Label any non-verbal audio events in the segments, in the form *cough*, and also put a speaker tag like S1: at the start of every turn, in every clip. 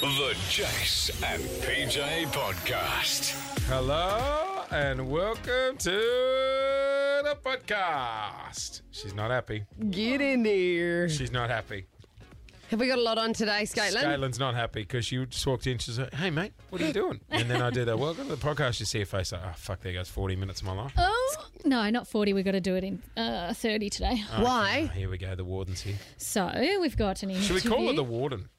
S1: The Jace and PJ Podcast.
S2: Hello and welcome to the podcast. She's not happy.
S3: Get in there.
S2: She's not happy.
S3: Have we got a lot on today, Scaitlin?
S2: Caitlin's not happy because she just walked in. She's like, "Hey, mate, what are you doing?" And then I did a welcome to the podcast. You see her face like, "Oh fuck, there goes forty minutes of my life."
S4: Oh no, not forty. We've got to do it in uh, thirty today.
S2: Oh,
S3: Why?
S2: here we go. The warden's here.
S4: So we've got an
S2: Should
S4: interview.
S2: we call her the warden?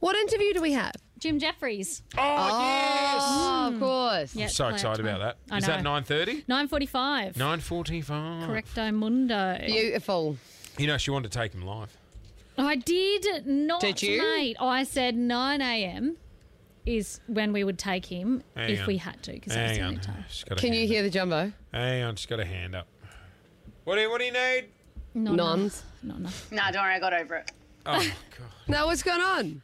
S3: What interview do we have?
S4: Jim Jeffries?
S2: Oh, yes.
S3: Oh, of course.
S2: I'm so excited about that. Is
S4: I know.
S2: that nine thirty?
S4: Nine forty-five.
S2: Nine forty-five.
S4: Correcto mundo.
S3: Beautiful.
S2: You know she wanted to take him live.
S4: I did not.
S3: Did you?
S4: Mate, I said nine a.m. is when we would take him
S2: Hang
S4: if
S2: on.
S4: we had to because
S2: Hang
S4: that's the
S2: on.
S4: only time.
S2: She's got a
S3: Can you
S2: hand
S3: hear
S2: up.
S3: the jumbo?
S2: Hang on. She's got a hand up. What do you, What do you need?
S4: Not
S3: Nons.
S4: enough. Not enough.
S5: Nah, don't worry, I got over it.
S2: Oh god.
S3: No, what's going on?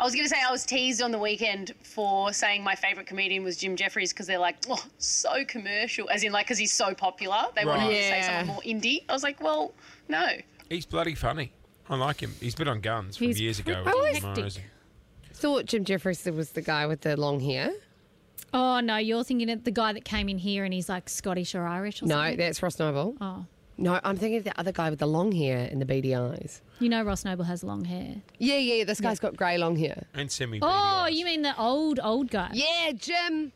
S5: I was going to say I was teased on the weekend for saying my favourite comedian was Jim Jeffries because they're like, oh, so commercial, as in like because he's so popular. They wanted
S2: Right.
S5: me to say
S3: Yeah.
S5: someone more indie. I was like, well, no.
S2: He's bloody funny. I like him. He's been on Guns from
S4: He's
S2: years ago.
S4: pretty
S2: which is
S4: hectic.
S2: amazing.
S3: Thought Jim Jeffries was the guy with the long hair.
S4: Oh no, you're thinking of the guy that came in here and he's like Scottish or Irish or
S3: No,
S4: something.
S3: that's Ross Noble.
S4: Oh,
S3: No, I'm thinking of the other guy with the long hair and the beady eyes.
S4: you know Ross Noble has long hair.
S3: Yeah, yeah, this guy's got grey long hair.
S2: And Semi.
S4: Oh, you mean the old old guy?
S3: Yeah, Jim.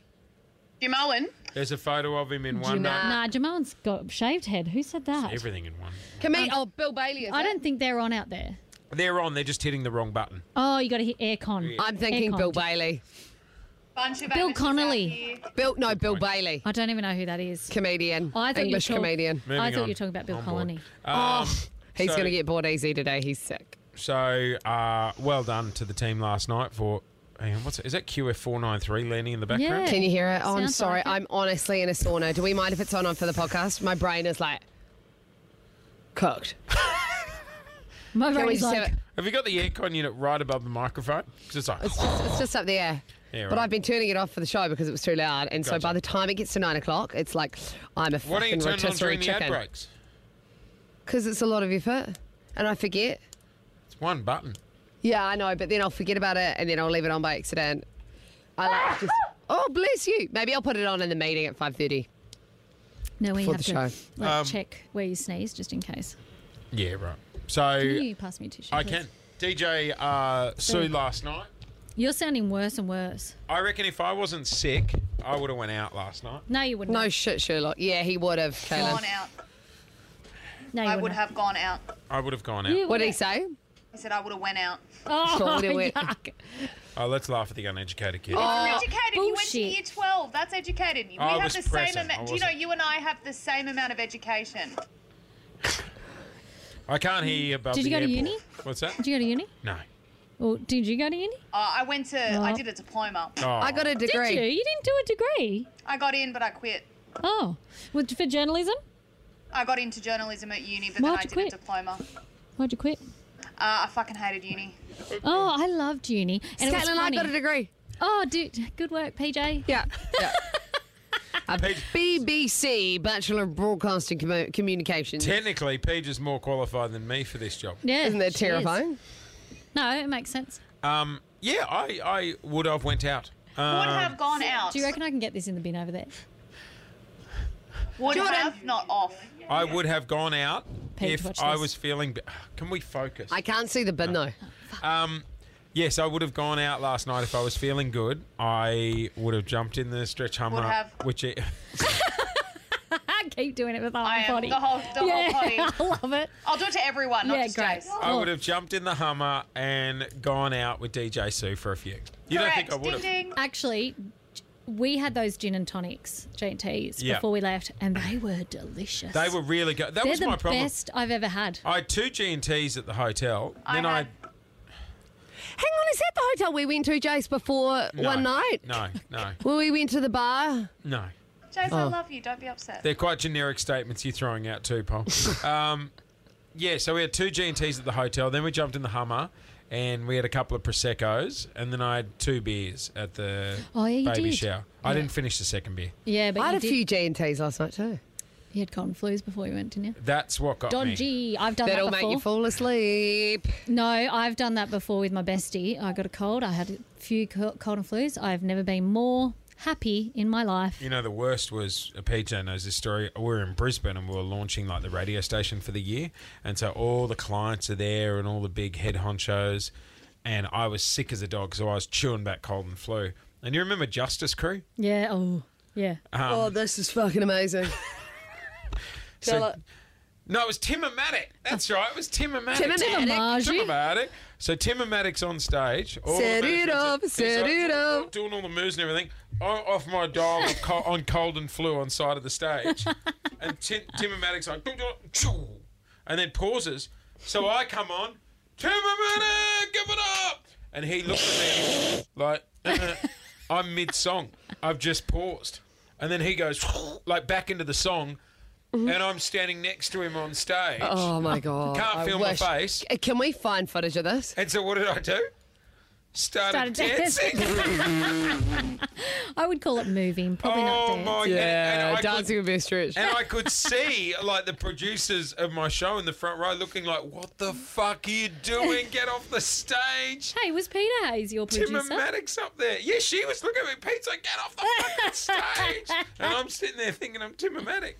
S5: Jim Owen,
S2: There's a photo of him in one.
S3: know-
S2: Night.
S4: Nah, Jamal's got shaved head. Who said that?
S2: Everything in one.
S3: Come here. Oh, Bill Bailey. Is
S4: I
S3: it?
S4: don't think they're on out there.
S2: They're on. They're just hitting the wrong button.
S4: Oh, you got to hit aircon.
S3: I'm thinking
S4: Aircon.
S3: Bill Bailey.
S5: bunch of
S4: Bill
S5: amateurs
S4: Connolly.
S5: out here.
S3: Bill, no, Bill Bailey,
S4: I don't even know who that is.
S3: comedian,
S4: I thought you
S3: English
S4: were talk-
S3: comedian.
S2: Moving
S4: I thought
S2: on.
S4: you were talking about Bill
S2: On board.
S4: Colony. Oh,
S2: Um,
S3: He's
S2: so-
S3: going to get bored easy today. He's sick.
S2: So, uh, well done to the team last night for. Hang on, what's it? Is that QF493 landing in the background?
S4: Yeah.
S3: Can you hear it? Oh, I'm
S4: Sounds
S3: sorry.
S4: like it.
S3: I'm honestly in a sauna. Do we mind if it's on on for the podcast? My brain is like cooked.
S4: My
S3: Can we
S4: brain's
S3: just
S4: like,
S3: have it?
S2: Have you got the aircon unit right above the microphone? 'Cause it's like.
S3: It's just, it's just up there.
S2: Yeah,
S3: But
S2: right.
S3: I've been turning it off for the show because it was too loud, and so
S2: Gotcha.
S3: by the time it gets to nine o'clock, it's like I'm a
S2: Why don't you
S3: fucking
S2: turn it on
S3: rotisserie
S2: during the ad
S3: chicken
S2: breaks?
S3: because it's a lot of effort, and I forget.
S2: It's one button.
S3: Yeah, I know, but then I'll forget about it, and then I'll leave it on by accident. I like
S4: *laughs*
S3: just oh bless you. Maybe I'll put it on in the meeting at five thirty.
S4: no, we
S3: for
S4: have
S3: the
S4: to
S3: show.
S4: like,
S2: Um,
S4: check where you sneeze just in case.
S2: Yeah, right. So,
S4: Can you pass me a tissue?
S2: I
S4: please?
S2: can. DJ uh, Sue last night.
S4: You're sounding worse and worse.
S2: I reckon if I wasn't sick, I would have went out last night.
S4: No, you wouldn't.
S3: No shit, Sherlock. Yeah, he would have. Kaylin.
S5: Gone out.
S4: no, you
S5: I would
S4: wouldn't.
S5: have gone out.
S2: I would have gone out.
S4: You
S3: What did he
S4: wouldn't.
S3: say?
S5: I said I would have went out.
S4: *laughs* Oh,
S3: Sure, do it.
S4: yuck.
S2: Oh, let's laugh at the uneducated kid.
S4: Oh.
S5: You're educated. You went to
S4: bullshit.
S5: year 12. That's educated. We
S2: I
S5: have
S2: was
S5: the
S2: present.
S5: same
S2: I
S5: amount. Do you know
S2: wasn't.
S5: you and I have the same amount of education?
S2: I can't hear you above
S4: Did
S2: the
S4: you go to
S2: airport.
S4: uni?
S2: What's that?
S4: Did you go to uni?
S2: No.
S4: Or did you go to uni?
S5: Uh, I went to, I
S4: Well.
S5: did a diploma.
S2: Oh.
S3: I got a
S4: Did
S3: degree.
S4: you? You didn't do a degree.
S5: I got in, but I quit.
S4: Oh, was for journalism?
S5: I got into journalism at uni, but
S4: Why'd
S5: then I
S4: you
S5: did
S4: quit?
S5: a diploma.
S4: Why'd you quit?
S5: Uh, I fucking hated uni.
S4: Oh, I loved uni. And it was
S3: Caitlin, I
S4: funny.
S3: got a degree.
S4: Oh, dude, good work, PJ.
S3: Yeah. *laughs* yeah. A BBC Bachelor of Broadcasting Commu- Communications.
S2: Technically, Paige is more qualified than me for this job.
S4: Yeah,
S3: Isn't
S4: she
S3: that
S4: is.
S3: terrifying?
S4: No, it makes sense.
S2: Um, yeah, I, I would have went out.
S5: Would
S2: Um,
S5: have gone out.
S4: Do you reckon I can get this in the bin over there?
S5: Would
S3: Jordan.
S5: have, not off.
S2: I would have gone out
S4: Paige,
S2: if
S4: watch
S2: I
S4: this.
S2: was feeling. Be- *sighs* Can we focus?
S3: I can't see the bin though.
S2: Um, yes, I would have gone out last night if I was feeling good. I would have jumped in the stretch hummer,
S5: have.
S2: which e- it,
S4: I keep doing it with the whole
S5: I am
S4: body.
S5: the
S4: *laughs*
S5: whole, the
S4: yeah,
S5: whole potty.
S4: I love it.
S5: I'll do it to everyone, not
S4: yeah,
S5: just
S4: great.
S2: *laughs*
S5: Jace.
S2: I would have jumped in the hummer and gone out with DJ Sue for a few. You don't think I would
S5: Correct.
S2: have?
S5: Ding, ding.
S4: Actually, we had those gin and tonics, G&Ts,
S2: Yeah.
S4: before we left, and they were delicious.
S2: They were really good. That
S4: They're
S2: was
S4: the
S2: my problem.
S4: best I've ever had.
S2: I had two G and Ts at the hotel.
S5: I
S2: then
S5: had-
S2: I
S3: Hang on, is that the hotel we went to, Jace, before
S2: no,
S3: one night?
S2: No, no,
S3: When we went to the bar?
S2: no.
S5: Jace,
S4: Oh.
S5: I love you. Don't be upset.
S2: They're quite generic statements you're throwing out too,
S4: *laughs*
S2: Paul. um, yeah, so we had two G and Ts at the hotel. Then we jumped in the Hummer, and we had a couple of proseccos, and then I had two beers at the
S4: Oh, yeah, you
S2: baby
S4: did.
S2: shower. I didn't finish the second beer.
S4: Yeah, but
S3: I
S4: you
S3: had a
S4: did.
S3: few G&Ts last night too.
S4: You had cotton flus before you went, didn't you?
S2: That's what got me.
S4: Dodgy. I've done
S3: That'll
S4: that
S3: make
S4: before.
S3: you fall asleep.
S4: No, I've done that before with my bestie. I got a cold. I had a few co- cold and flus. I've never been more happy in my life.
S2: You know, the worst was uh, PJ knows this story. We were in Brisbane and we were launching like the radio station for the year, and so all the clients are there and all the big head honchos, and I was sick as a dog, so I was chewing back cold and flu. And you remember Justice Crew?
S4: Yeah. Oh, yeah.
S2: Um.
S3: oh, this is
S2: *laughs*
S3: fucking amazing.
S2: So-
S3: Tell it.
S2: No, it was Timatic. That's right. It was Timatic.
S3: Timatic.
S4: Timamarji.
S2: Timatic. So Timatic's on stage. All
S3: Set
S2: the
S3: it
S2: moves-
S3: up,
S2: he's
S3: set
S2: like,
S3: it up.
S2: Doing all the moves and everything. i off my dial with co- on cold and flu on side of the
S3: *laughs*
S2: stage. and Tim- Timatic's like, "Doo, doo, choo," and then pauses. So I come on, Timatic, give it up. And he looks at me like, uh, I'm mid song. I've just paused. And then he goes like back into the song. And I'm standing next to him on stage.
S3: Mm-hmm. Oh my god!
S2: Can't
S3: I
S2: feel my face.
S3: C- Can we find footage of this?
S2: And so what did I do? Started,
S4: Started
S2: dancing.
S4: dancing.
S2: *laughs*
S4: I would call it moving, probably not
S2: oh
S4: dance.
S2: my and-
S3: Yeah,
S2: and, I
S3: dancing
S2: could,
S3: would be a stretch.
S2: and I could see like the producers of my show in the front row looking like, "What the fuck are you
S4: *laughs*
S2: doing? Get off the stage!"
S4: Hey, was Peter Hayes your producer?
S2: Timmer Maddox up there. Yeah, she was looking at me. Pete's like, "Get off the fucking
S4: *laughs*
S2: stage!" And I'm sitting there thinking, "I'm Timmer Maddox."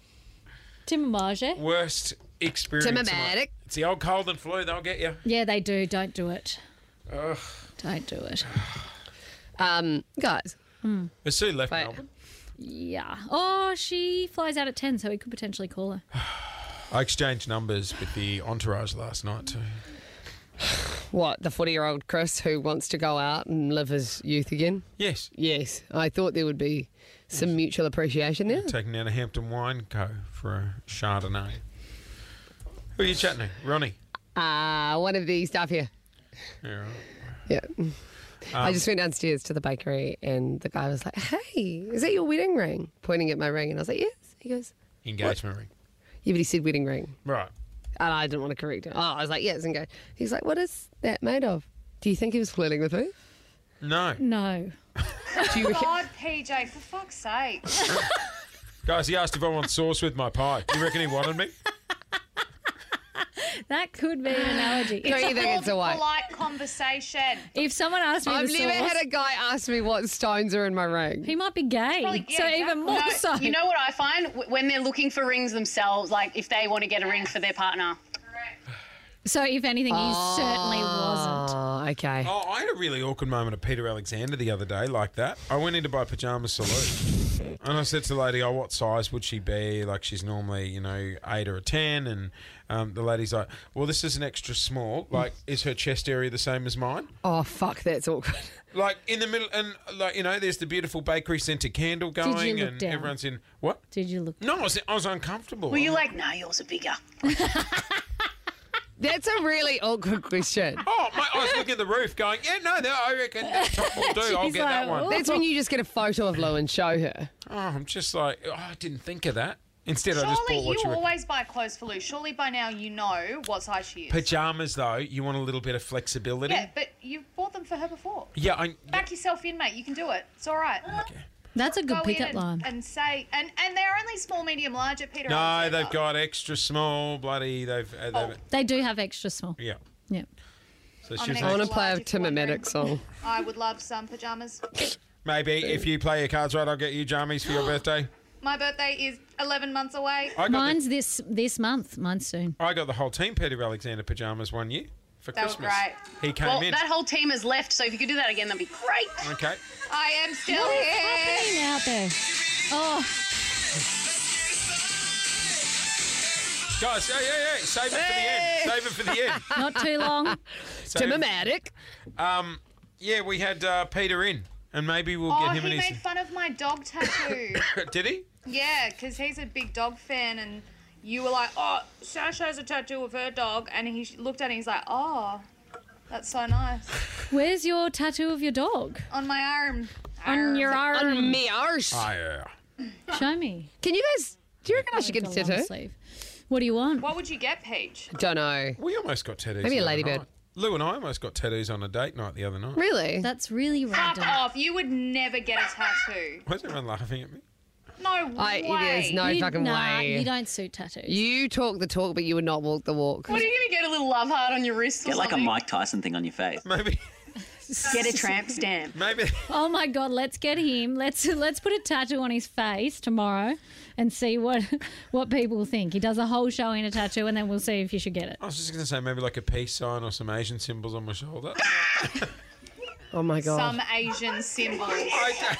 S4: Tim Marge.
S2: Worst experience. of my-
S3: Timatic.
S2: It's the old cold and flu. They'll get you.
S4: Yeah, they do. Don't do it. Don't do it.
S3: Um, guys,
S2: Has Sue left
S3: Wait.
S2: Melbourne?
S4: Yeah. Oh, she flies out at 10, so we could potentially call her.
S2: I exchanged numbers with the entourage last night too.
S3: what the forty-year-old Chris who wants to go out and live his youth again?
S2: Yes.
S3: Yes, I thought there would be some mutual appreciation there.
S2: taking down to Hampton Wine Co. for a Chardonnay. Who are you chatting to? Ronnie.
S3: Uh, one of the staff here.
S2: Yeah, right.
S3: Yeah. I just went downstairs to the bakery and the guy was like, Hey, is that your wedding ring? Pointing at my ring. And I was like, Yes. He goes,
S2: Engagement ring.
S3: Yeah, but he said wedding ring.
S2: Right.
S3: And I didn't want to correct him. Oh, I was like, Yes. And go, He's like, What is that made of? Do you think he was flirting with me?
S2: No.
S4: No.
S3: Do you reckon?
S5: God, PJ, for fuck's sake.
S4: *laughs*
S2: Guys, he asked if I want sauce with my pie. Do you reckon he wanted me?
S4: That could be an analogy.
S3: Don't you think
S5: Called
S3: it's a way?
S5: polite conversation.
S4: If someone asked me
S3: I've
S4: the
S3: never
S4: source,
S3: had a guy ask me what stones are in my ring.
S4: he might be gay.
S5: Probably- yeah,
S4: so
S5: exactly.
S4: even more
S5: No,
S4: so.
S5: You know what I find W- when they're looking for rings themselves, like if they want to get a ring for their partner.
S4: so if anything, he certainly wasn't.
S3: Oh, okay.
S2: *laughs* Oh, I had a really awkward moment at Peter Alexander the other day, like that. I went in to buy pajama salute. And I said to the lady, Oh, what size would she be? Like, she's normally, you know, eight or a 10. And um, the lady's like, Well, this is an extra small. Like, is her chest area the same as mine?
S3: Oh, fuck, that's awkward.
S2: Like in the middle, and like you know, there's the beautiful bakery centre candle
S4: you
S2: going,
S4: look
S2: and
S4: down?
S2: everyone's in what?
S4: Did you look?
S2: No, I was, I was uncomfortable.
S5: Were you like, no, yours are bigger?
S3: That's a really awkward question.
S2: Oh, my, I was looking at the roof, going, yeah, no, that, I reckon that top will do. I'll
S4: She's
S2: get that
S4: like,
S2: one.
S4: "Ooh."
S3: That's when you just get a photo of Lou and show her.
S2: Oh, I'm just like, oh, I didn't think of that. Instead, I just
S5: Surely
S2: bought what
S5: you
S2: you were.
S5: always buy clothes for Lou. Surely by now you know what size she is.
S2: Pajamas, though, you want a little bit of flexibility.
S5: yeah, but you bought them for her before.
S2: Yeah, I,
S5: Back yourself in, mate. You can do it. It's all right.
S4: That's a
S5: Go
S4: good
S5: in
S4: pickup
S5: and,
S4: line.
S5: and say, and and they're only small, medium, large at Peter.
S2: no,
S5: Alexander.
S2: they've got extra small, bloody. They've, uh, they've
S4: They do have extra small.
S2: yeah.
S4: Yeah.
S2: So
S5: I'm
S2: she was
S5: an
S3: I
S2: like,
S3: want to
S5: extra
S3: play a
S5: large if you
S3: Tim
S5: want
S3: and
S5: one.
S3: Maddox song.
S5: I would love some pajamas.
S2: maybe if you play your cards right, I'll get you jammies for your birthday.
S5: My birthday is 11 months away.
S2: I got the-
S4: Mine's this this month. Mine's soon.
S2: I got the whole team Peter Alexander pajamas one year for
S5: That was
S2: Christmas.
S5: great.
S2: He came
S5: well,
S2: in.
S5: that whole team has left, so if you could do that again, that'd be
S2: *laughs*
S5: great.
S2: okay.
S5: I am still
S6: Oh,
S5: here.
S4: Oh, Happening out there. Oh,
S2: Guys, yeah, yeah, yeah. Save it for the end. Save it for the
S5: *laughs*
S2: end.
S4: not too long.
S2: Save
S3: Tim
S2: it-
S3: and Maddox.
S2: Yeah, we had uh, Peter in, and maybe we'll
S5: Oh,
S2: get him
S5: he
S2: in
S5: made
S2: his.
S5: fun of my
S2: *laughs*
S5: dog tattoo.
S2: Did he?
S5: yeah, because he's a big dog fan, and you were like, oh, Sash has a tattoo of her dog, and he sh- looked at it and he's like, oh, that's so nice.
S4: Where's your tattoo of your dog?
S5: On my arm.
S4: On your arm.
S3: On me arse.
S2: Oh,
S3: uh,
S2: yeah.
S4: Show me.
S3: Can you guys? Do you reckon I should get a
S4: It's a long
S3: tattoo?
S4: sleeve. What do you want?
S5: What would you get, Peach?
S3: Don't know.
S2: We almost got tattoos.
S3: Maybe a
S2: the other
S3: ladybird.
S2: night. Lou and I almost got tattoos on a date night the other night.
S3: Really?
S4: That's really
S5: Up
S4: random.
S5: off. You would never get a tattoo.
S2: Why is everyone laughing at me?
S5: No way.
S3: I- it is no
S4: you,
S3: fucking
S4: nah,
S3: way.
S4: You don't suit tattoos.
S3: You talk the talk, but you would not walk the walk.
S5: What are you gonna get a little love heart on your wrist? Or
S7: Get like a
S5: something?
S7: Mike Tyson thing on your face.
S2: Maybe, *laughs*
S5: Get a tramp stamp.
S2: maybe. *laughs*
S4: oh my god, let's get him. Let's let's put a tattoo on his face tomorrow and see what *laughs* what people think. He does a whole show in a tattoo and then we'll see if you should get it.
S2: I was just gonna say maybe like a peace sign or some Asian symbols on my shoulder.
S5: *laughs*
S2: *laughs*
S3: Oh my god.
S6: Some
S3: *laughs*
S6: Asian symbols.
S2: I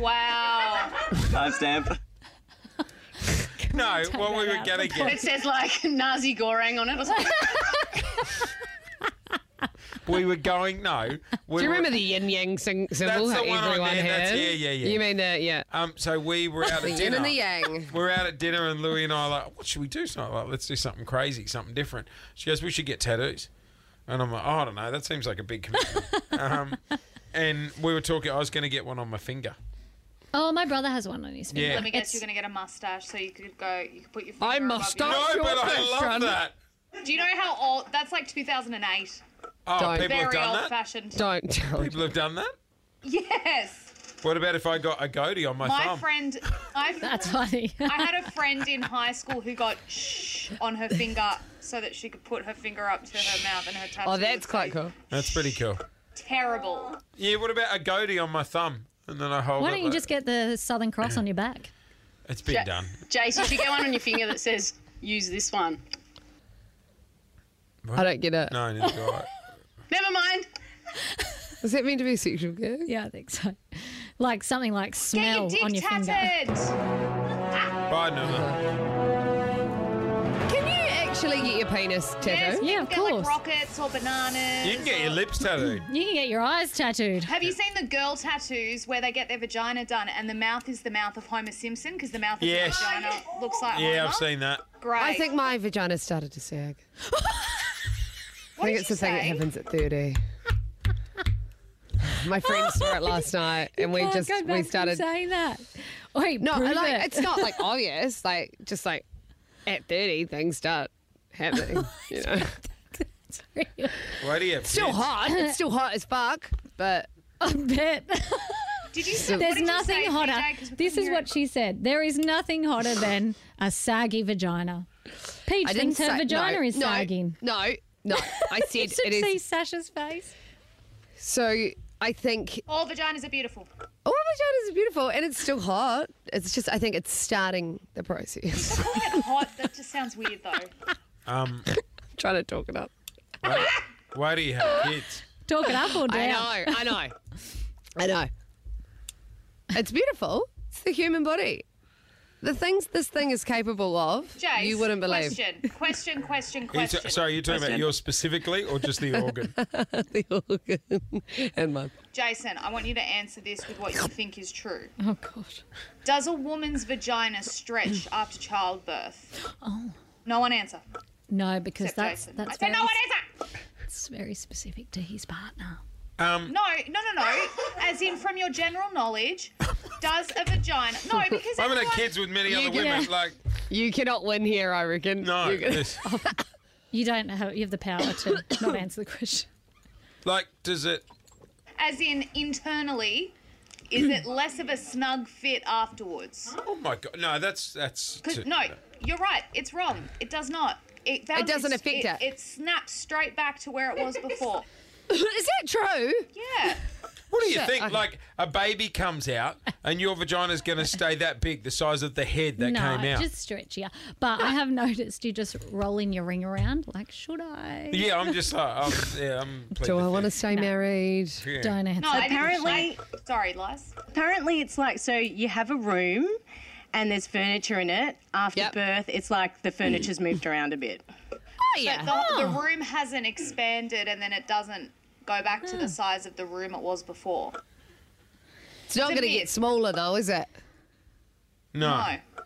S6: Wow.
S7: Timestamp.
S2: don't- no,
S4: take
S2: what we
S4: that
S2: were
S4: out.
S2: gonna
S5: It
S2: get,
S5: says like *laughs* Nazi Gorang on it or something.
S2: we were going.
S3: *laughs*
S2: No, we
S3: Do
S2: were-
S3: you remember the yin yang sing- symbol
S2: That's
S3: that
S2: the one on
S3: everyone
S2: there,
S3: had?
S2: that's- yeah, yeah, yeah.
S3: You mean the yeah?
S2: Um, so we
S3: *laughs*
S2: were out
S3: The
S2: at
S3: yin
S2: dinner.
S3: and the
S2: *laughs*
S3: yang.
S2: We're out at dinner, and Louie and I are like, "What should we do tonight? Like, let's do something crazy, something different." She goes, "We should get tattoos," and I'm like, "Oh, "I don't know. That seems like a big commitment." um, and we were talking. I was going to get one on my finger.
S4: Oh, my brother has one on his finger.
S2: Yeah.
S6: Let me
S4: It's-
S6: guess, you're going to get a mustache so you could go, you could put your finger
S3: I
S6: above
S3: must
S6: your-
S3: stop.
S2: No,
S3: Sure,
S2: but I
S3: thanks,
S2: love
S3: John.
S2: that.
S6: Do you know how old? That's like 2008.
S2: Oh,
S3: Don't.
S2: people have
S6: Very
S2: done
S6: old
S2: that.
S6: fashioned.
S3: Don't tell.
S2: People have done that.
S6: *laughs* Yes.
S2: What about if I got a goatee on my,
S6: My
S2: thumb?
S6: friend, my,
S4: *laughs* That's funny.
S6: I had a friend in high school who got shh on her finger so that she could put her finger up to her mouth and her tattoo.
S3: Oh,
S6: would
S3: that's
S6: say,
S3: quite cool.
S2: That's pretty cool.
S6: Terrible.
S2: Yeah. What about a goatee on my thumb? And then I hold.
S4: Why
S2: it
S4: don't you
S2: like-
S4: just get the Southern Cross on your back?
S2: It's been done.
S5: Jace, you should get one on your finger that says use this one.
S3: I don't get it.
S2: No, neither do I.
S5: Never mind.
S3: Was that meant to be sexual? Yeah.
S4: Yeah, I think so. Like something like
S6: Get
S4: smell
S6: your dick
S4: on your finger.
S6: tatted.
S2: Bye, Numa.
S3: Can you
S6: uh,
S3: actually get your penis
S6: Yes,
S3: tattooed?
S6: people
S4: Yeah, of
S6: get, like,
S4: course.
S6: rockets or bananas.
S2: You can get your
S6: or-
S2: lips tattooed.
S4: You can get your eyes tattooed.
S6: Have you seen the girl tattoos where they get their vagina done and the mouth is the mouth of Homer Simpson because the mouth of
S2: Yes.
S6: the
S4: Oh,
S6: vagina looks like
S2: Yeah,
S6: Homer?
S2: I've seen that.
S6: Great.
S3: I think my vagina started to sag. I think
S6: did
S3: it's
S6: you
S3: the thing that
S6: say?
S3: happens at 30. *laughs* My friends saw it last night, and we
S4: Can't
S3: just
S4: Oh, go back
S3: we
S4: from
S3: started.
S4: saying that. Wait,
S3: No,
S4: prove
S3: like
S4: it.
S3: it's not *laughs* like obvious. Like just like at 30, things start *laughs* happening. You know,
S4: *laughs* real.
S2: Why do you have
S3: still
S2: kids?
S3: hot. It's still hot as fuck, but
S4: I
S3: *laughs*
S4: bet.
S6: Did you say,
S4: There's nothing hotter. This is what she said. There is nothing hotter than a saggy vagina. Peach
S3: I didn't
S4: thinks her
S3: say-
S4: vagina
S3: no,
S4: is
S3: no,
S4: sagging.
S3: No, no, *laughs* I said
S4: Did you
S3: it is.
S4: see Sasha's face?
S3: So I think
S6: All vaginas are beautiful.
S3: all vaginas are beautiful, and it's still hot. It's just I think it's starting the process. *laughs*
S6: Calling it hot, that just sounds weird though.
S2: Um,
S3: trying to talk it up.
S2: why, why do you have kids?
S4: Talk it up or
S3: *sighs*
S4: down?
S3: I know, I *laughs* know, I know. It's beautiful. It's the human body. The things this thing is capable of,
S6: Jace,
S3: you wouldn't believe. *laughs*
S6: Question, question,
S2: Are
S6: question,
S2: you
S6: question.
S2: ta- sorry, you're talking about
S7: Question.
S2: yours specifically or just the organ?
S3: The organ and mine.
S6: Jason, I want you to answer this with what you think is true.
S4: Oh god.
S6: Does a woman's vagina stretch after childbirth? Oh. No one answer.
S4: No, because
S6: Except
S4: that's
S6: Jason.
S4: that's
S6: I said
S4: very,
S6: no one answer.
S4: it's very specific to his partner.
S2: Um,
S6: No, no, no, no. As in, from your general knowledge, does a vagina? No, because
S2: I'm gonna
S6: everyone-
S2: have kids with many other
S3: get-
S2: women.
S4: Yeah.
S2: Like,
S3: You cannot win here, I reckon.
S2: no, *laughs*
S3: You're gonna-
S2: this-
S4: You don't have you have the power to
S3: *coughs*
S4: not answer the question.
S2: like, does it?
S6: as in internally, is it less of a snug fit afterwards?
S2: Oh my god, no, that's that's.
S6: 'Cause-
S2: too-
S6: no, you're right. It's wrong. It does not. It, bounces-
S3: doesn't affect
S6: it.
S3: it.
S6: It snaps straight back to where it was before.
S3: *laughs* is that true?
S6: Yeah.
S2: What do you
S3: shit,
S2: think?
S3: okay.
S2: Like, a baby comes out, and your vagina's gonna stay that big, the size of the head that
S4: no,
S2: came out.
S4: just stretchier. But I have noticed you just rolling your ring around. Like, should I?
S2: Yeah, I'm just like, I'm, yeah, I'm.
S3: Do I want to stay married?
S2: Yeah.
S4: Don't answer.
S6: No, I didn't-
S5: Apparently-
S6: I- sorry, Liz.
S5: Apparently, it's like so you have a room and there's furniture in it. After
S3: Yep.
S5: birth, it's like the furniture's moved around a bit.
S3: Oh yeah.
S6: The, the room hasn't expanded, and then it doesn't go back
S3: Hmm.
S6: to the size of the room it was before.
S3: It's not going to
S6: Didn't
S3: get
S6: it?
S3: smaller though, is it?
S2: No.
S6: No.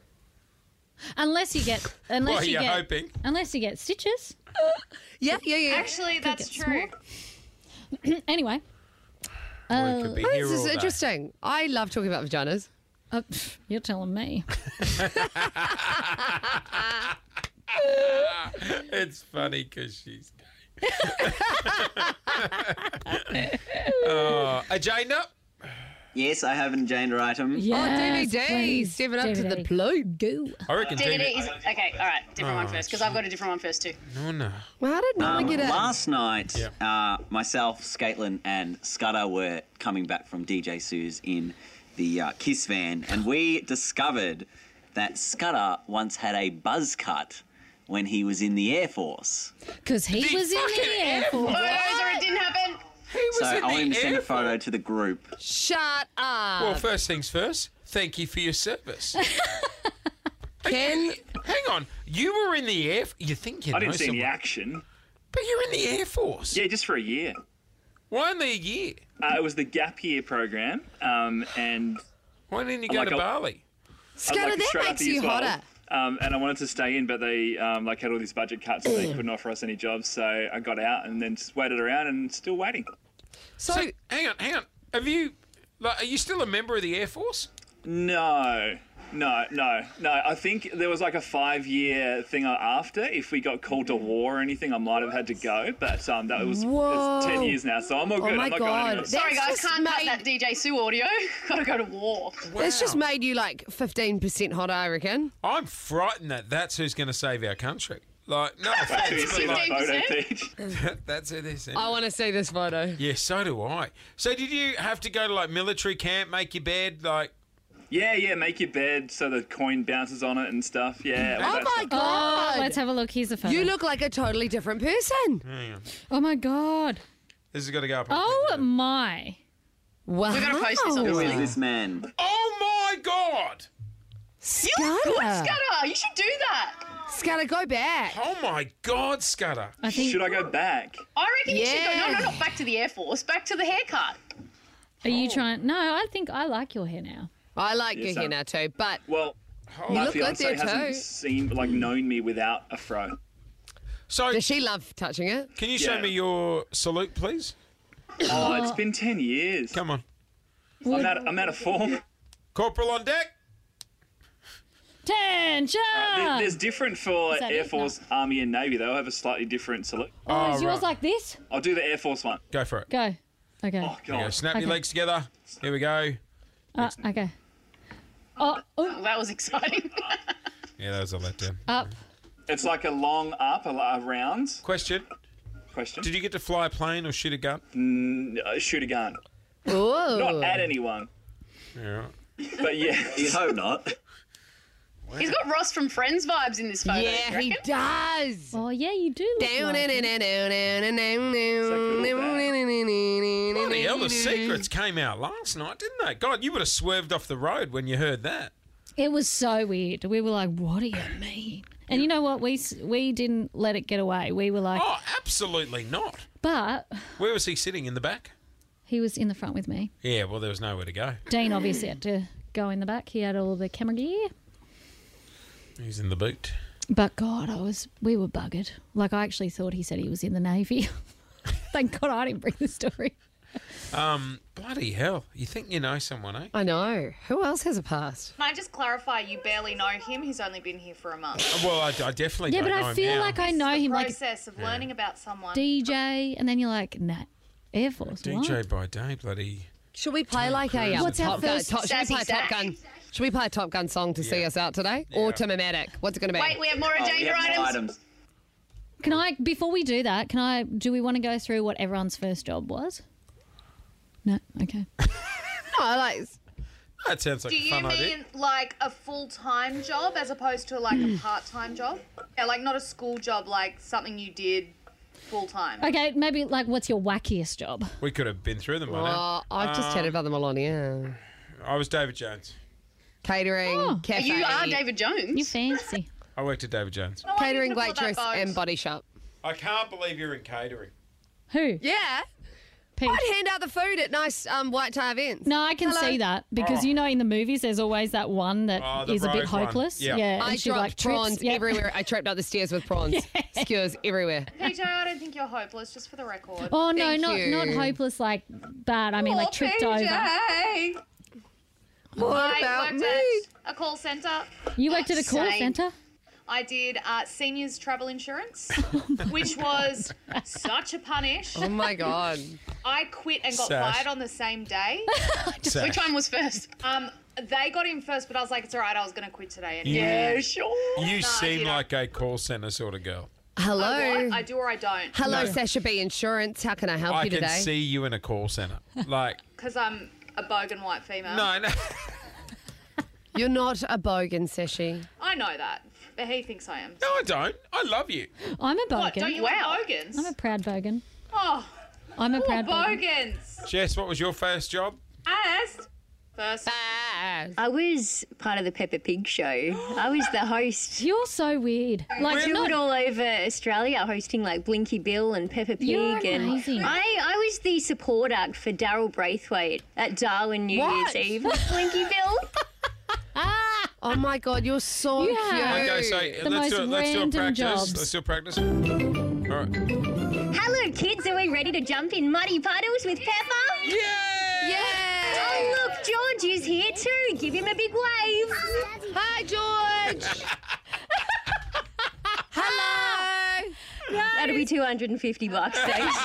S4: Unless
S2: *laughs*
S4: you get unless
S2: Well,
S4: you
S2: you're
S4: get
S2: hoping.
S4: unless you get stitches. *clears throat*
S3: Yeah, yeah, yeah.
S6: Actually, that's
S4: it's
S6: true.
S4: Anyway,
S2: Well, it could be here
S3: this is
S2: all day.
S3: interesting. I love talking about vaginas.
S4: uh, pff, you're telling me.
S3: Oh,
S2: It's funny because she's gay. *laughs* uh, agenda.
S7: Yes, I have an agenda item.
S3: oh,
S4: *laughs* Yes,
S3: DVD.
S4: please,
S3: Stepping up to the
S4: DVD.
S3: plug.
S2: I reckon
S5: DVD
S2: DVD.
S5: is okay. All right, different one first because I've got a different one first too.
S2: No, no.
S3: Well, how did Mama
S7: Um,
S3: get it?
S7: last night,
S2: Yeah.
S7: uh, myself, Scaitlin, and Scudder were coming back from DJ Sue's in the uh, Kiss van, and we discovered that Scudder once had a buzz cut when he was in the Air Force.
S4: Because he was in Oh, the Air Force.
S5: Photos or it didn't happen.
S2: in
S7: so I
S2: the
S7: want him to send
S2: Air
S7: a photo to the group.
S3: Shut up.
S2: Well, first things first. Thank you for your
S3: *laughs*
S2: service.
S3: Ken,
S2: Hang on, you were in the air. F- you think you know
S8: I didn't see
S2: someone,
S8: any action.
S2: but you're in the air force.
S8: Yeah, just for a year.
S2: Why only a year?
S8: Uh, it was the gap year program, um, and
S2: Why didn't you go
S8: like
S2: to
S8: a-
S2: Bali?
S3: Scudder,
S8: like it
S3: that
S8: straight
S3: makes
S8: after
S3: you
S8: year 12.
S3: hotter.
S8: Um, and I wanted to stay in, but they um, like had all these budget cuts, and they couldn't offer us any jobs. So I got out and then just waited around and still waiting.
S3: So,
S2: So, hang on, hang on. Have you? Like, are you still a member of the air force?
S8: No, no, no, no. I think there was like a five-year thing after. If we got called to war or anything, I might have had to go. But um, that was
S3: Whoa. Oh
S8: it's ten years now, so I'm all good.
S3: my
S8: I'm not
S3: God.
S8: going anywhere.
S3: That-
S5: Sorry,
S3: That's
S5: guys,
S3: just
S5: can't cut
S3: made-
S5: that DJ Sue audio. *laughs* Gotta go to war.
S3: that's just
S2: Wow.
S3: made you like 15% hotter, I reckon.
S2: I'm frightened that that's who's going to save our country. Like,
S8: *laughs*
S2: no offense, but
S8: Seen that
S2: like,
S5: 15%?
S8: photo, Peach?
S2: that, that's it. Is,
S3: I want to see this photo.
S2: yeah, so do I. So, did you have to go to like military camp, make your bed, like?
S8: Yeah, yeah. Make your bed so the coin bounces on it and stuff. Yeah. all
S3: Oh
S8: that
S3: my
S8: stuff.
S4: Oh,
S3: God.
S4: let's have a look. Here's the photo.
S3: you look like a totally different person.
S4: Oh my god.
S2: This has got to go up. on
S4: Oh
S2: Twitter.
S4: my.
S3: Wow.
S5: We're gonna post this on
S7: Who
S5: the
S7: is this man?
S2: oh my God!
S3: Scudder.
S5: Scudder, you should do that.
S3: Scudder, go back.
S2: Oh my God, Scudder!
S4: I think
S8: Should I go back?
S5: I reckon you should go. No,
S3: Yeah.
S5: no, not back to the Air Force. Back to the haircut.
S4: are you trying No, I think I like your hair now.
S3: I like
S8: Yes,
S3: your hair
S8: I-
S3: now too, but
S8: Well,
S3: you
S8: my
S3: look good
S8: fiance
S3: there
S8: hasn't
S3: too.
S8: seen like known me without a fro.
S2: So,
S3: Does she love touching it?
S2: can you show
S8: Yeah.
S2: me your salute, please?
S8: Oh, it's been ten years.
S2: Come on,
S8: I'm out. I'm out of form.
S2: Corporal on deck.
S4: Tension!
S9: Ah.
S8: There- There's different for
S4: that
S8: Air
S4: it?
S8: Force, Army, and Navy. They'll have a slightly different salute.
S4: oh, is
S2: Oh,
S4: yours
S2: right.
S4: like this?
S8: I'll do the Air Force one.
S2: Go for it.
S4: Go. Okay.
S8: Oh
S2: There you go.
S8: god.
S2: Snap your
S4: Okay.
S2: legs together. Here we go.
S4: Uh, okay. Oh, oh,
S5: Well, that was exciting.
S2: Yeah, that was a letdown.
S4: up.
S8: It's like a long up, a, a round
S2: Question:
S8: question.
S2: Did you get to fly a plane or shoot a gun?
S8: Uh, shoot a gun. Not
S3: Ooh.
S8: at anyone.
S2: Yeah.
S8: But yeah.
S7: *laughs* You'd hope not.
S5: He's got Ross from Friends vibes in this photo. do you
S3: Yeah,
S5: reckon?
S3: he does.
S4: Oh yeah, you do look
S3: Down
S4: like
S3: and in
S4: it.
S3: and out and in and out.
S2: Bloody hell,
S4: Mm-hmm.
S2: the secrets came out last night, didn't they? God, you would have swerved off the road when you heard that.
S4: It was so weird. We were like, "What do you mean?" And you know what? We s- we didn't let it get away. We were like,
S2: Oh, absolutely not.
S4: but
S2: Where was he sitting? In the back?
S4: he was in the front with me.
S2: Yeah, well, there was nowhere to go.
S4: Dean obviously had to go in the back. He had all the camera gear.
S2: He's in the boot.
S4: But God, I was we were buggered. Like I actually thought he said he was in the navy. *laughs* Thank God I didn't bring the story.
S2: Bloody hell. You think you know someone, eh?
S3: I know. Who else has a past?
S6: Can I just clarify? You barely know him. He's only been here for a month.
S2: Well, I, I definitely
S4: Yeah,
S2: don't
S4: but
S2: know
S4: I
S2: him
S4: feel
S2: now.
S4: like I know him, like
S6: Process of learning about someone.
S4: DJ, and then you're like, nah, Air Force.
S2: DJ
S4: what?
S2: by day, bloody.
S3: Should we play like a um,
S4: What's our
S3: Top Gun?
S4: first
S3: Top, should we
S5: Sassy
S3: play a Top
S5: Sack?
S3: Gun? Should we play a Top Gun song to see
S2: Yeah.
S3: us out today, or Timatic? What's it going to be?
S5: Wait, we have more
S7: Oh, we
S5: agenda
S7: have more
S5: items.
S7: items.
S4: Can I? Before we do that, can I? Do we want to go through what everyone's first job was? No. Okay.
S3: Oh, like
S2: That sounds like
S6: Do
S2: a
S6: you
S2: fun idea.
S6: mean like a full time job as opposed to like
S4: Mm.
S6: a part time job? Yeah, like not a school job, like something you did full time.
S4: Okay. Maybe like, what's your wackiest job?
S2: We could have been through them by now.
S3: oh, I've
S2: Uh,
S3: just chatted about the Melania.
S2: I was David Jones.
S3: Catering,
S4: Oh.
S3: cafe,
S5: You are David Jones.
S4: You fancy.
S2: I worked at David Jones.
S3: catering waitress, and body shop.
S2: I can't believe you're in catering.
S4: Who?
S3: Yeah,
S4: Pete.
S3: I'd hand out the food at nice um, white tie events.
S4: No, I can
S3: Hello.
S4: see that because
S2: Oh.
S4: you know in the movies there's always that one that
S2: Oh,
S4: is
S2: the
S4: a bit
S2: rogue one.
S4: hopeless.
S2: Yeah.
S4: Yeah,
S3: I
S4: and she
S3: dropped
S4: like trips.
S3: prawns
S4: Yeah.
S3: everywhere. I tripped up the stairs with prawns, skewers everywhere.
S6: PJ, I don't think you're hopeless, just for the record.
S4: *laughs* Oh no,
S3: Thank
S4: not
S3: you.
S4: not hopeless like bad. I mean like tripped over.
S6: over.
S3: What
S6: I
S3: about
S6: worked
S3: me?
S6: at a call centre.
S4: You worked at a call
S5: Same.
S4: centre.
S6: I did uh, seniors
S4: *laughs*
S6: travel insurance,
S4: Oh
S6: which was such a punish.
S3: Oh my god.
S6: I quit and got
S2: Sash.
S6: fired on the same day.
S2: Sash.
S5: Which one was first?
S6: Um, they got in first, but I was like, it's all right. I was going to quit today anyway.
S2: Yeah.
S6: sure.
S2: *laughs* You
S6: No,
S2: seem
S6: you know.
S2: like a call center sort of girl.
S3: Hello.
S6: I do or I don't.
S3: Hello, Sasha B Insurance. How can I help
S2: I
S3: you
S2: can
S3: today?
S2: see you in a call center. Like, *laughs*
S6: Because I'm a bogan white female.
S2: no, no. *laughs*
S3: You're not a bogan, Sashi.
S6: I know that, but he thinks I am.
S2: No, I don't. I love you.
S4: I'm a bogan.
S6: What, don't you
S5: Wow.
S6: like bogans?
S4: I'm a proud bogan.
S6: oh,
S4: I'm a
S6: poor
S4: proud bogan.
S6: bogans.
S2: Jess, what was your first job?
S6: Asked. First.
S9: I was part of the Peppa Pig show. I was the host.
S4: You're so weird. Like
S9: I toured
S4: not
S9: all over Australia hosting like Blinky Bill and Peppa Pig.
S4: You're amazing.
S9: And I, I was the support act for Daryl Braithwaite at Darwin New
S3: What?
S9: Year's Eve with Blinky Bill.
S3: Oh my god, you're so
S4: Yeah.
S3: cute.
S2: Okay, so
S4: The
S2: let's do
S4: most
S2: it. Let's do a
S4: random
S2: practice.
S4: jobs.
S2: Let's do a practice. All right.
S9: Hello, kids. Are we ready to jump in muddy puddles with Peppa?
S2: Yay!
S9: Oh, look, George is here too. Give him a big wave.
S3: Hi, George. *laughs* Hello.
S9: That'll be 250 bucks, thanks.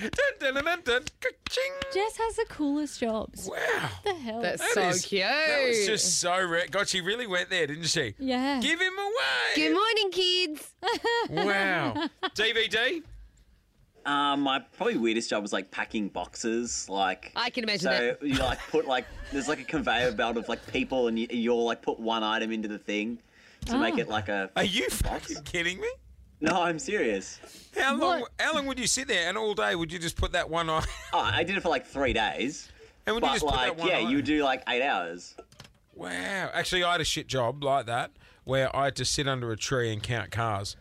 S2: Dun, dun, dun, dun, dun. Ka-ching.
S4: Jess has the coolest jobs. What
S2: Wow.
S4: the hell?
S3: That's
S2: That
S3: so
S2: is-
S3: cute.
S2: That was just so rare. God, she really went there, didn't she?
S4: yeah.
S2: Give him away.
S3: Good morning, kids.
S2: Wow. DVD?
S7: Um, my probably weirdest job was like packing boxes. Like
S3: I can imagine
S7: so
S3: that.
S7: you like put like there's like a conveyor belt of like people, and you, you all like put one item into the thing to
S3: Ah.
S7: make it like a.
S2: Are you fucking kidding me?
S7: No, I'm serious.
S2: How long?
S4: What?
S2: How long would you sit there and all day? Would you just put that one on? *laughs*
S7: Oh, I did it for like three days.
S2: And would you
S7: But
S2: just put
S7: like,
S2: that one
S7: yeah,
S2: on?
S7: you would do like eight hours.
S2: Wow. Actually, I had a shit job like that where I had to sit under a tree and count cars.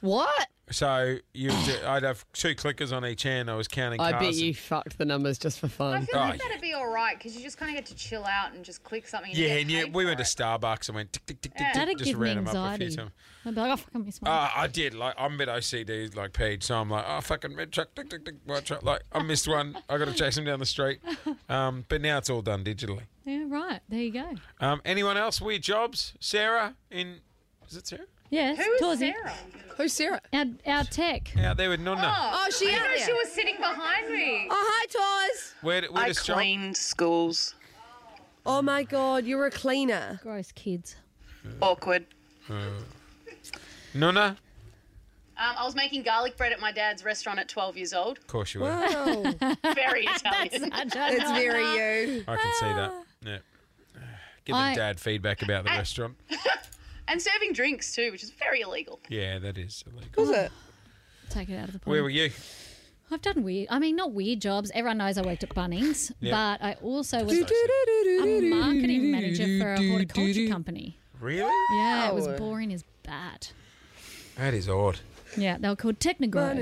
S3: What?
S2: So you, I'd have two clickers on each hand. I was counting.
S3: I
S2: cars
S3: bet you fucked the numbers just for
S6: I
S3: fun.
S6: feel
S2: Oh,
S6: like
S2: yeah.
S6: that'd be all right because you just kind of get to chill out and just click something. And you
S2: Yeah,
S6: get
S2: and yeah,
S6: paid
S2: we
S6: for
S2: went to
S6: it.
S2: Starbucks and went tick tick tick tick. tick,
S4: That'd
S2: just
S4: give me
S2: ran 'em up a few
S4: anxiety.
S2: times.
S4: I'd be like, oh, fuck, I miss one.
S2: Uh, I did. Like I'm a bit OCD, like Pete. So I'm like, oh fucking red truck, tick tick tick, white truck. Like I missed one. I got to chase him down the
S4: *laughs*
S2: street. Um, but now it's all done digitally.
S4: yeah, right. There you go.
S2: Um, anyone else weird jobs? Sarah in, is it Sarah?
S4: Yes.
S6: Who is
S4: Torsy.
S6: Sarah?
S3: Who's Sarah?
S4: Our, our tech.
S2: Out there with
S4: Ah,
S2: Nonna.
S6: Oh,
S3: Oh, she
S6: I
S3: out
S6: know
S3: there.
S6: she was sitting behind me.
S3: Oh, hi, Toys.
S2: Where Weird,
S5: I
S2: weirdest job?
S5: cleaned schools.
S3: Oh my god, you're a cleaner.
S4: Gross kids.
S5: Awkward.
S2: Uh, Nonna.
S6: Um,
S5: I was making garlic bread at my dad's restaurant at 12 years old.
S2: Of course you were.
S3: Oh,
S5: Very Italian.
S3: it's very you.
S2: I can see that. Yeah. Give them
S4: I-
S2: dad feedback about the restaurant.
S5: and serving drinks too, which is very illegal.
S2: Yeah, that is illegal.
S3: it?
S4: Take it out of the pot.
S2: Where were you?
S4: I've done weird. I mean, not weird jobs. Everyone knows I worked at Bunnings,
S2: *laughs* Yeah.
S4: but I also was a marketing manager for a horticulture company.
S2: Really?
S4: Yeah, it was
S6: Oh.
S4: boring as bat.
S2: That is odd.
S4: Yeah, they were called Technigrow.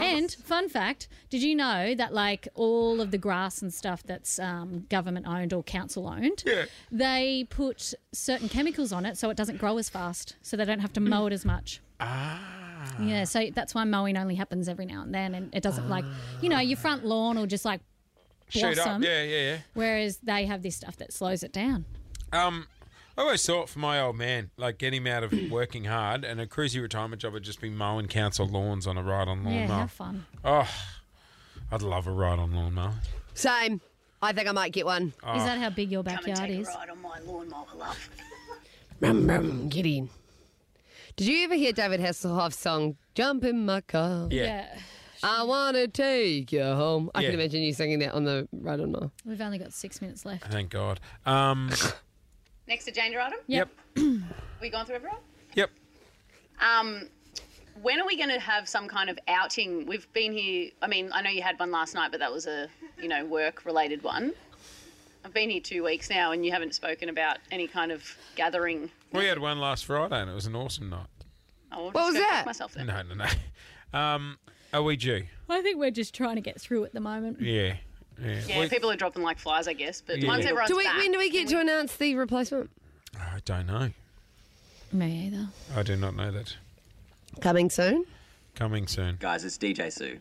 S4: And fun fact, did you know that like all of the grass and stuff that's um, government owned or council owned,
S2: Yeah.
S4: they put certain chemicals on it so it doesn't grow as fast, so they don't have
S2: Mm.
S4: to mow it as much. Ah. Yeah, so that's why mowing only happens every now and then, and it doesn't like you know your front lawn will just like blossom,
S2: Shoot up. Yeah, yeah, yeah.
S4: whereas they have this stuff that slows it down.
S2: Um, I always thought for my old man, like get him out of *coughs* working hard, and a cruisy retirement job would just be mowing council lawns on a ride-on
S4: Yeah,
S2: lawnmower.
S4: have fun.
S2: oh, I'd love a ride-on lawnmower.
S3: Same. I think I might get one.
S2: Oh.
S4: Is that how big your
S5: Come and
S4: backyard
S5: take a
S4: is?
S5: ride on my lawnmower, love.
S3: Rum, rum, get in. Did you ever hear David Hasselhoff's song "Jump in My Car"?
S2: Yeah.
S3: I wanna take you home. I
S2: Yeah.
S3: can imagine you singing that on the right on now.
S4: We've only got six minutes left.
S2: Thank God. Um,
S5: Next agenda item.
S2: yep.
S5: We gone through everyone?
S2: Yep.
S5: Um, when are we going to have some kind of outing? We've been here. I mean, I know you had one last night, but that was a you know work-related one. I've been here two weeks now, and you haven't spoken about any kind of gathering.
S2: We had one last Friday, and it was an awesome night.
S5: I will just
S3: What was
S5: go fuck
S3: that?
S5: Myself then.
S2: No, no, no. *laughs* Um, are we due?
S4: I think we're just trying to get through at the moment.
S2: Yeah. Yeah.
S5: Yeah,
S2: We-
S5: people are dropping like flies, I guess. But
S2: Yeah.
S5: once everyone's
S3: Do we?
S5: back,
S3: When do we get to announce the replacement?
S2: I don't know.
S4: Me either.
S2: I do not know that.
S3: Coming soon.
S2: Coming soon.
S7: Guys, it's DJ Sue.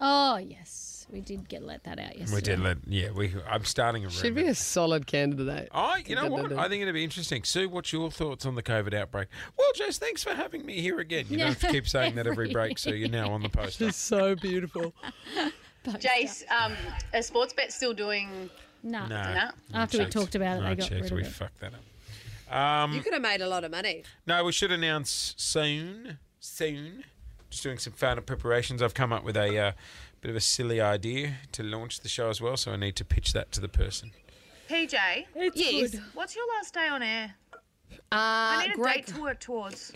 S4: Oh yes. yes, we did get let that out yesterday.
S2: We did let, yeah, we, I'm starting a
S3: Should be a solid candidate.
S2: I, you know what? I think it'd be interesting. Sue, what's your thoughts on the COVID outbreak? Well, Jess, thanks for having me here again. You don't have to
S3: *laughs*
S2: keep saying that every break, so you're now on the poster.
S3: She's so beautiful.
S5: Jace, um, are sports bets still doing?
S4: No.
S2: No.
S5: No.
S4: After we talked about it,
S2: I
S4: they got
S2: checked.
S4: rid of
S2: we
S4: it.
S2: fucked that up.
S3: you could have made a lot of money.
S2: No, we should announce soon. Soon. Just doing some founder preparations. I've come up with a uh, bit of a silly idea to launch the show as well, so I need to pitch that to the person.
S6: PJ,
S3: yes.
S6: what's your last day on air?
S3: Uh,
S6: I need a
S3: great.
S6: date to work towards.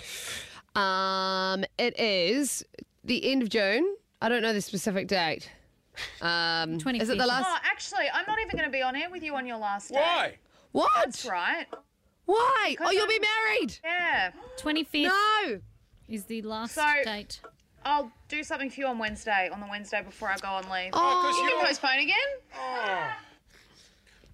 S3: Um, it is the end of June. I don't know the specific date. Um, is it the
S4: 25th.
S3: last?
S6: Oh, actually, I'm not even going to be on air with you on your last day.
S2: Why?
S3: What?
S6: That's right.
S3: Why? Oh, you'll be married.
S6: Yeah.
S4: 25th
S3: No.
S4: is the last
S6: So-
S4: date.
S6: I'll do something for you on Wednesday, on the Wednesday before I go on leave.
S3: Oh.
S2: Because
S5: You can postpone again.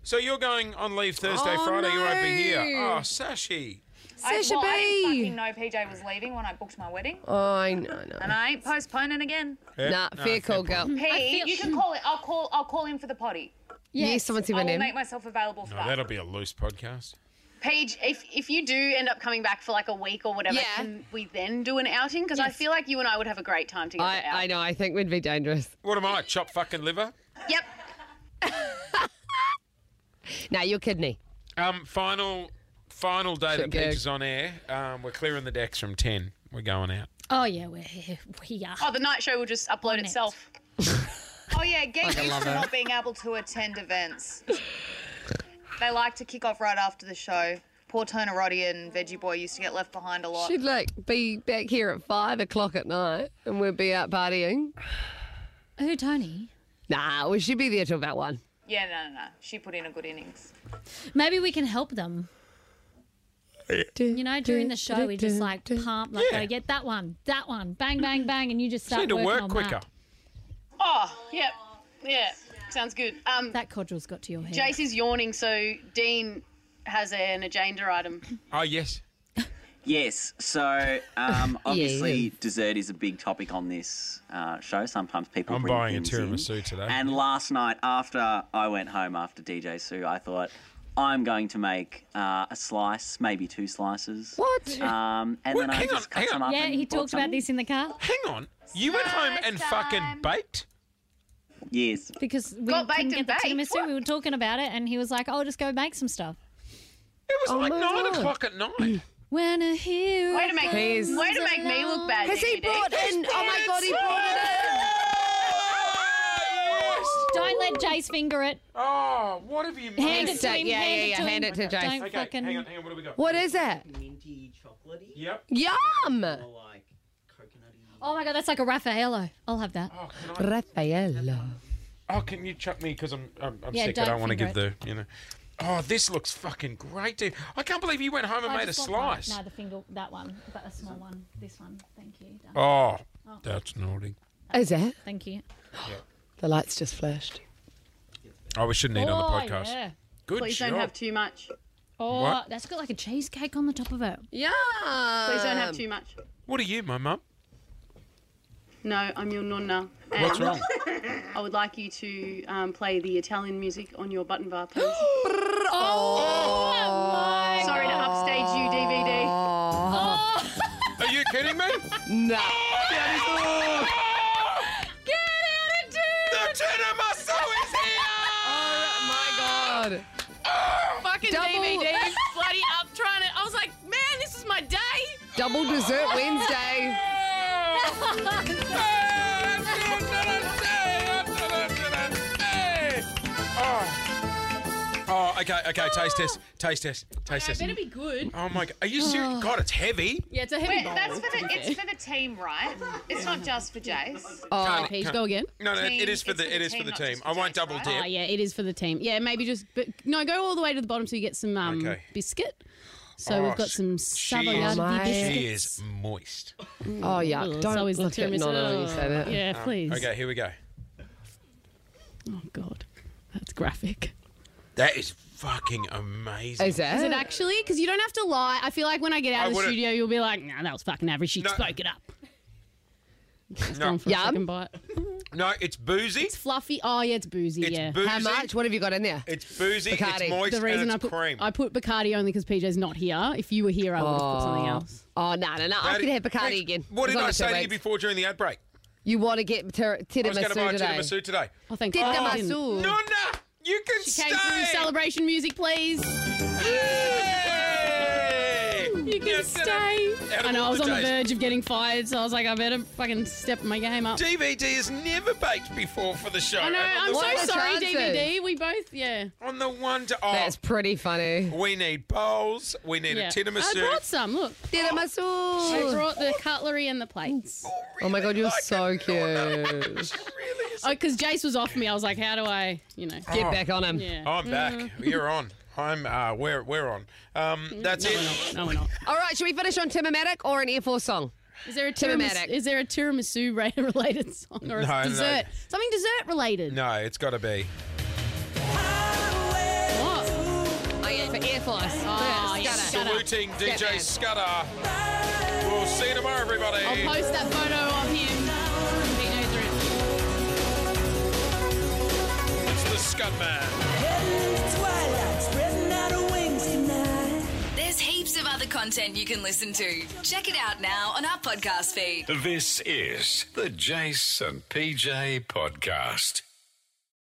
S2: So you're going on leave Thursday,
S3: Oh,
S2: Friday. You won't be here.
S3: no.
S2: Oh, Sashi.
S6: I,
S3: Sasha
S6: well, I didn't
S3: B.
S6: fucking know PJ was leaving when I booked my wedding,
S3: Oh, I know, *laughs* no.
S6: and I ain't postponing again.
S2: Yeah,
S3: Nah,
S2: no,
S3: fair call,
S2: point.
S3: girl.
S6: P,
S4: feel-
S6: you can
S3: *laughs*
S6: call it. I'll call. I'll call in for the potty.
S3: Yes, someone's
S6: I
S3: even
S6: will
S3: in.
S6: make myself available for
S2: No,
S6: that.
S2: that'll be a loose podcast.
S5: Paige, if if you do end up coming back for like a week or whatever,
S3: Yeah.
S5: can we then do an outing? Because I
S4: Yes.
S5: feel like you and I would have a great time together.
S3: I,
S5: out.
S3: I know. I think we'd be dangerous.
S2: What am I? Chop fucking liver?
S5: Yep.
S3: Now your kidney.
S2: Um, final, final day that
S3: Shit
S2: Peach
S3: gag.
S2: is on air. Um, we're clearing the decks from ten. We're going out.
S4: Oh, yeah, we're here. *laughs* We are.
S5: Oh, the night show will just upload
S4: Next.
S3: *laughs*
S5: itself.
S6: Oh yeah, get used to not being able to attend events. they like to kick off right after the show. Poor Turner Roddy and Veggie Boy used to get left behind a lot.
S3: She'd like be back here at five o'clock at night, and we'd be out partying.
S4: Who, Tony?
S3: Nah, we should be there till about one.
S6: Yeah, no, no, no. She put in a good innings.
S4: Maybe we can help them. You know, during the show, we just like pump, like,
S2: Yeah.
S4: go get that one, that one, bang, bang, bang, and you just start
S2: Need to
S4: working
S2: work
S4: on
S2: quicker.
S4: That,
S5: Oh, yep. Yeah. Sounds good. Um,
S4: that codril's got to your head.
S5: Jace is yawning, so Dean has an agenda item.
S2: Oh yes.
S7: Yes. So
S4: *laughs*
S7: um, obviously,
S3: Yeah.
S7: dessert is a big topic on this uh, show. Sometimes people.
S2: I'm
S7: bring
S2: buying a
S7: things in.
S2: tiramisu today.
S7: And last night, after I went home after DJ Sue, I thought I'm going to make uh, a slice, maybe two slices.
S3: What?
S7: Um, and
S2: What?
S7: then I
S2: Hang on,
S7: just cut
S2: hang on.
S7: some up.
S4: yeah,
S7: and
S4: he
S7: bought
S4: talked about
S7: something.
S4: this in the car
S2: Hang on. You went home and fucking baked.
S7: Yes.
S4: because we
S5: Got baked
S4: couldn't get
S5: and
S4: the
S5: baked?
S4: tiramisu.
S5: What?
S4: We were talking about it, and he was like, "I'll just go make some stuff."
S2: It was
S3: Oh
S2: like
S3: my
S2: nine
S3: God.
S2: o'clock at night.
S4: When a hero
S5: Way to make, way
S3: He's-
S5: to make me look bad.
S3: Has he
S5: DPD.
S3: brought in? Oh my god, he brought it in.
S2: Oh, yes.
S4: Don't let Jace finger it.
S2: Oh, what have you
S4: Hand it
S2: missed?
S4: to
S3: Yeah,
S4: him.
S3: yeah, yeah,
S4: hand it to
S3: hand
S4: him.
S3: it to Jace.
S4: Don't
S2: Okay,
S4: fucking.
S2: hang on, hang on. What have we got?
S3: What is that?
S10: minty chocolatey
S2: Yep.
S3: Yum.
S10: or like coconutty.
S4: Oh my god, that's like a Raffaello. I'll have that.
S2: Oh, can I?
S3: Raffaello.
S2: Oh, can you chuck me because I'm I'm, I'm
S4: Yeah,
S2: sick. I
S4: don't
S2: don't want to give
S4: finger
S2: the you know. Oh, this looks fucking great, dude. I can't believe you went home and
S4: I
S2: made a
S4: just want one.
S2: slice.
S4: No, the finger, that one, but a small one. This one, thank you. darling.
S2: Oh, that's naughty.
S3: Is that?
S4: Thank you.
S3: The lights just flashed.
S2: Oh, we shouldn't eat
S4: oh,
S2: on the podcast.
S4: yeah.
S2: Good
S5: Please
S2: job.
S5: don't have too much.
S4: Oh,
S2: What?
S4: that's got like a cheesecake on the top of it.
S3: Yum.
S5: Please don't
S3: Um,
S5: have too much.
S2: What are you, my mum?
S5: No, I'm your nonna. And
S2: What's wrong?
S5: *laughs* I would like you to um, play the Italian music on your button bar, please. *gasps*
S3: Oh,
S5: Sorry to upstage you, DVD.
S2: Are you kidding me?
S3: No.
S2: the tiramisu is here!
S3: Oh my god.
S11: Fucking
S3: Double-
S11: DVD bloody up trying to. I was like, man, this is my day.
S3: Double dessert
S2: *laughs*
S3: Wednesday.
S2: Oh. Oh, okay, okay. Taste test, taste test, taste test.
S11: Better be good.
S2: Oh my god, are you serious? God, it's heavy.
S11: Yeah, it's a heavy
S6: Wait,
S11: bowl.
S6: that's for the. It's for the team, right? It's not just for Jace.
S3: Oh,
S2: Can't-
S11: Peach,
S2: can't-
S11: go again.
S2: No, no,
S6: Team,
S2: it is for
S6: it's
S2: the it is for the
S6: not
S2: team.
S6: just
S2: I won't
S6: Jace,
S2: double
S6: right?
S2: dip.
S11: Oh yeah, it is for the team. Yeah, maybe just but no, go all the way to the bottom so you get some um,
S2: Okay.
S11: biscuit. So
S2: Oh,
S11: we've got
S2: sh-
S11: some
S2: she is-
S11: Savoyardi
S3: my-
S11: biscuits.
S2: She is moist.
S3: Oh yuck.
S11: Ugh, it's
S3: Don't
S11: always the
S3: look at
S11: tiramisu.
S3: Nonna when you say that.
S11: Yeah, please.
S2: Um, Okay, here we go.
S11: Oh god, that's graphic.
S2: That is fucking amazing.
S3: Is that?
S11: Is it actually? Because you don't have to lie. I feel like when I get out
S2: I
S11: of the
S2: wouldn't-
S11: studio, you'll be like, nah, that was fucking average. She
S2: No.
S11: spoke it up. Just
S2: *laughs* No.
S11: going for a
S3: Yum.
S11: second bite.
S2: No, it's boozy.
S5: It's fluffy. Oh yeah, it's boozy.
S2: It's
S5: yeah.
S2: boozy. How much?
S3: What have you got in there?
S2: It's boozy, it's moist,
S5: the reason
S2: and it's
S5: I put
S2: cream.
S5: I put Bacardi only because PJ's not here. If you were here, I would have put something
S3: Oh.
S5: else.
S3: Oh no, no, no! I
S2: Maddie,
S3: could have Bacardi
S2: Rich,
S3: again.
S2: What
S3: It's
S2: did
S3: on
S2: I
S3: in two
S2: say to you
S3: weeks.
S2: before during the ad break?
S3: You want to get ter-
S2: I was going to buy
S3: tiramisu
S2: a
S3: today?
S2: tiramisu today.
S5: Oh, thank God. I didn't.
S3: Tiramisu.
S2: Nonna, you can
S5: She
S2: stay.
S5: came through celebration music, please.
S2: Yay!
S5: You can
S2: Yes,
S5: stay.
S2: Out of
S5: I know I
S2: all
S5: was on the
S2: days.
S5: verge of getting fired, so I was like, I better fucking step my game up.
S2: DVD has never baked before for the show.
S5: I
S2: And
S5: know.
S2: on
S5: I'm
S2: the
S5: so
S2: one-
S3: the
S5: sorry,
S3: chances?
S5: DVD. We both, yeah.
S2: On the one to oh,
S3: That's pretty funny.
S2: we need bowls. We need
S5: yeah.
S2: a
S5: Oh, I
S2: tiramisu.
S5: brought some. Look,
S3: Tiramisu.
S5: I brought the cutlery and the plates.
S3: oh my god, you're so cute.
S2: Really? is-
S5: Oh, because Jace was off me. I was like, how do I, you know?
S3: get back on him.
S5: Yeah.
S2: I'm
S5: Mm.
S2: back. You're on. I'm. Uh, we're we're on. Um, that's
S5: no,
S2: it.
S5: we're not. No, we're not.
S3: All right, should we finish on Timmermatic or an Air Force song?
S5: Is there a
S3: Timbermatic.
S5: tiramisu? Is there a tiramisu ra-
S4: *laughs*
S5: related song or a
S2: No, no.
S5: dessert? Something dessert related.
S2: No, it's got to be.
S5: What?
S3: Oh yeah, for Air Force.
S5: Oh, yeah,
S3: First,
S5: shut up.
S2: Saluting
S3: Get
S2: DJ
S3: back.
S2: Scudder. We'll see you tomorrow, everybody.
S5: I'll post that photo of him. He knows where it is.
S2: It's the Scud Man.
S4: There's heaps of other content you can listen to. Check it out now on our podcast feed.
S1: This is the Jason PJ Podcast.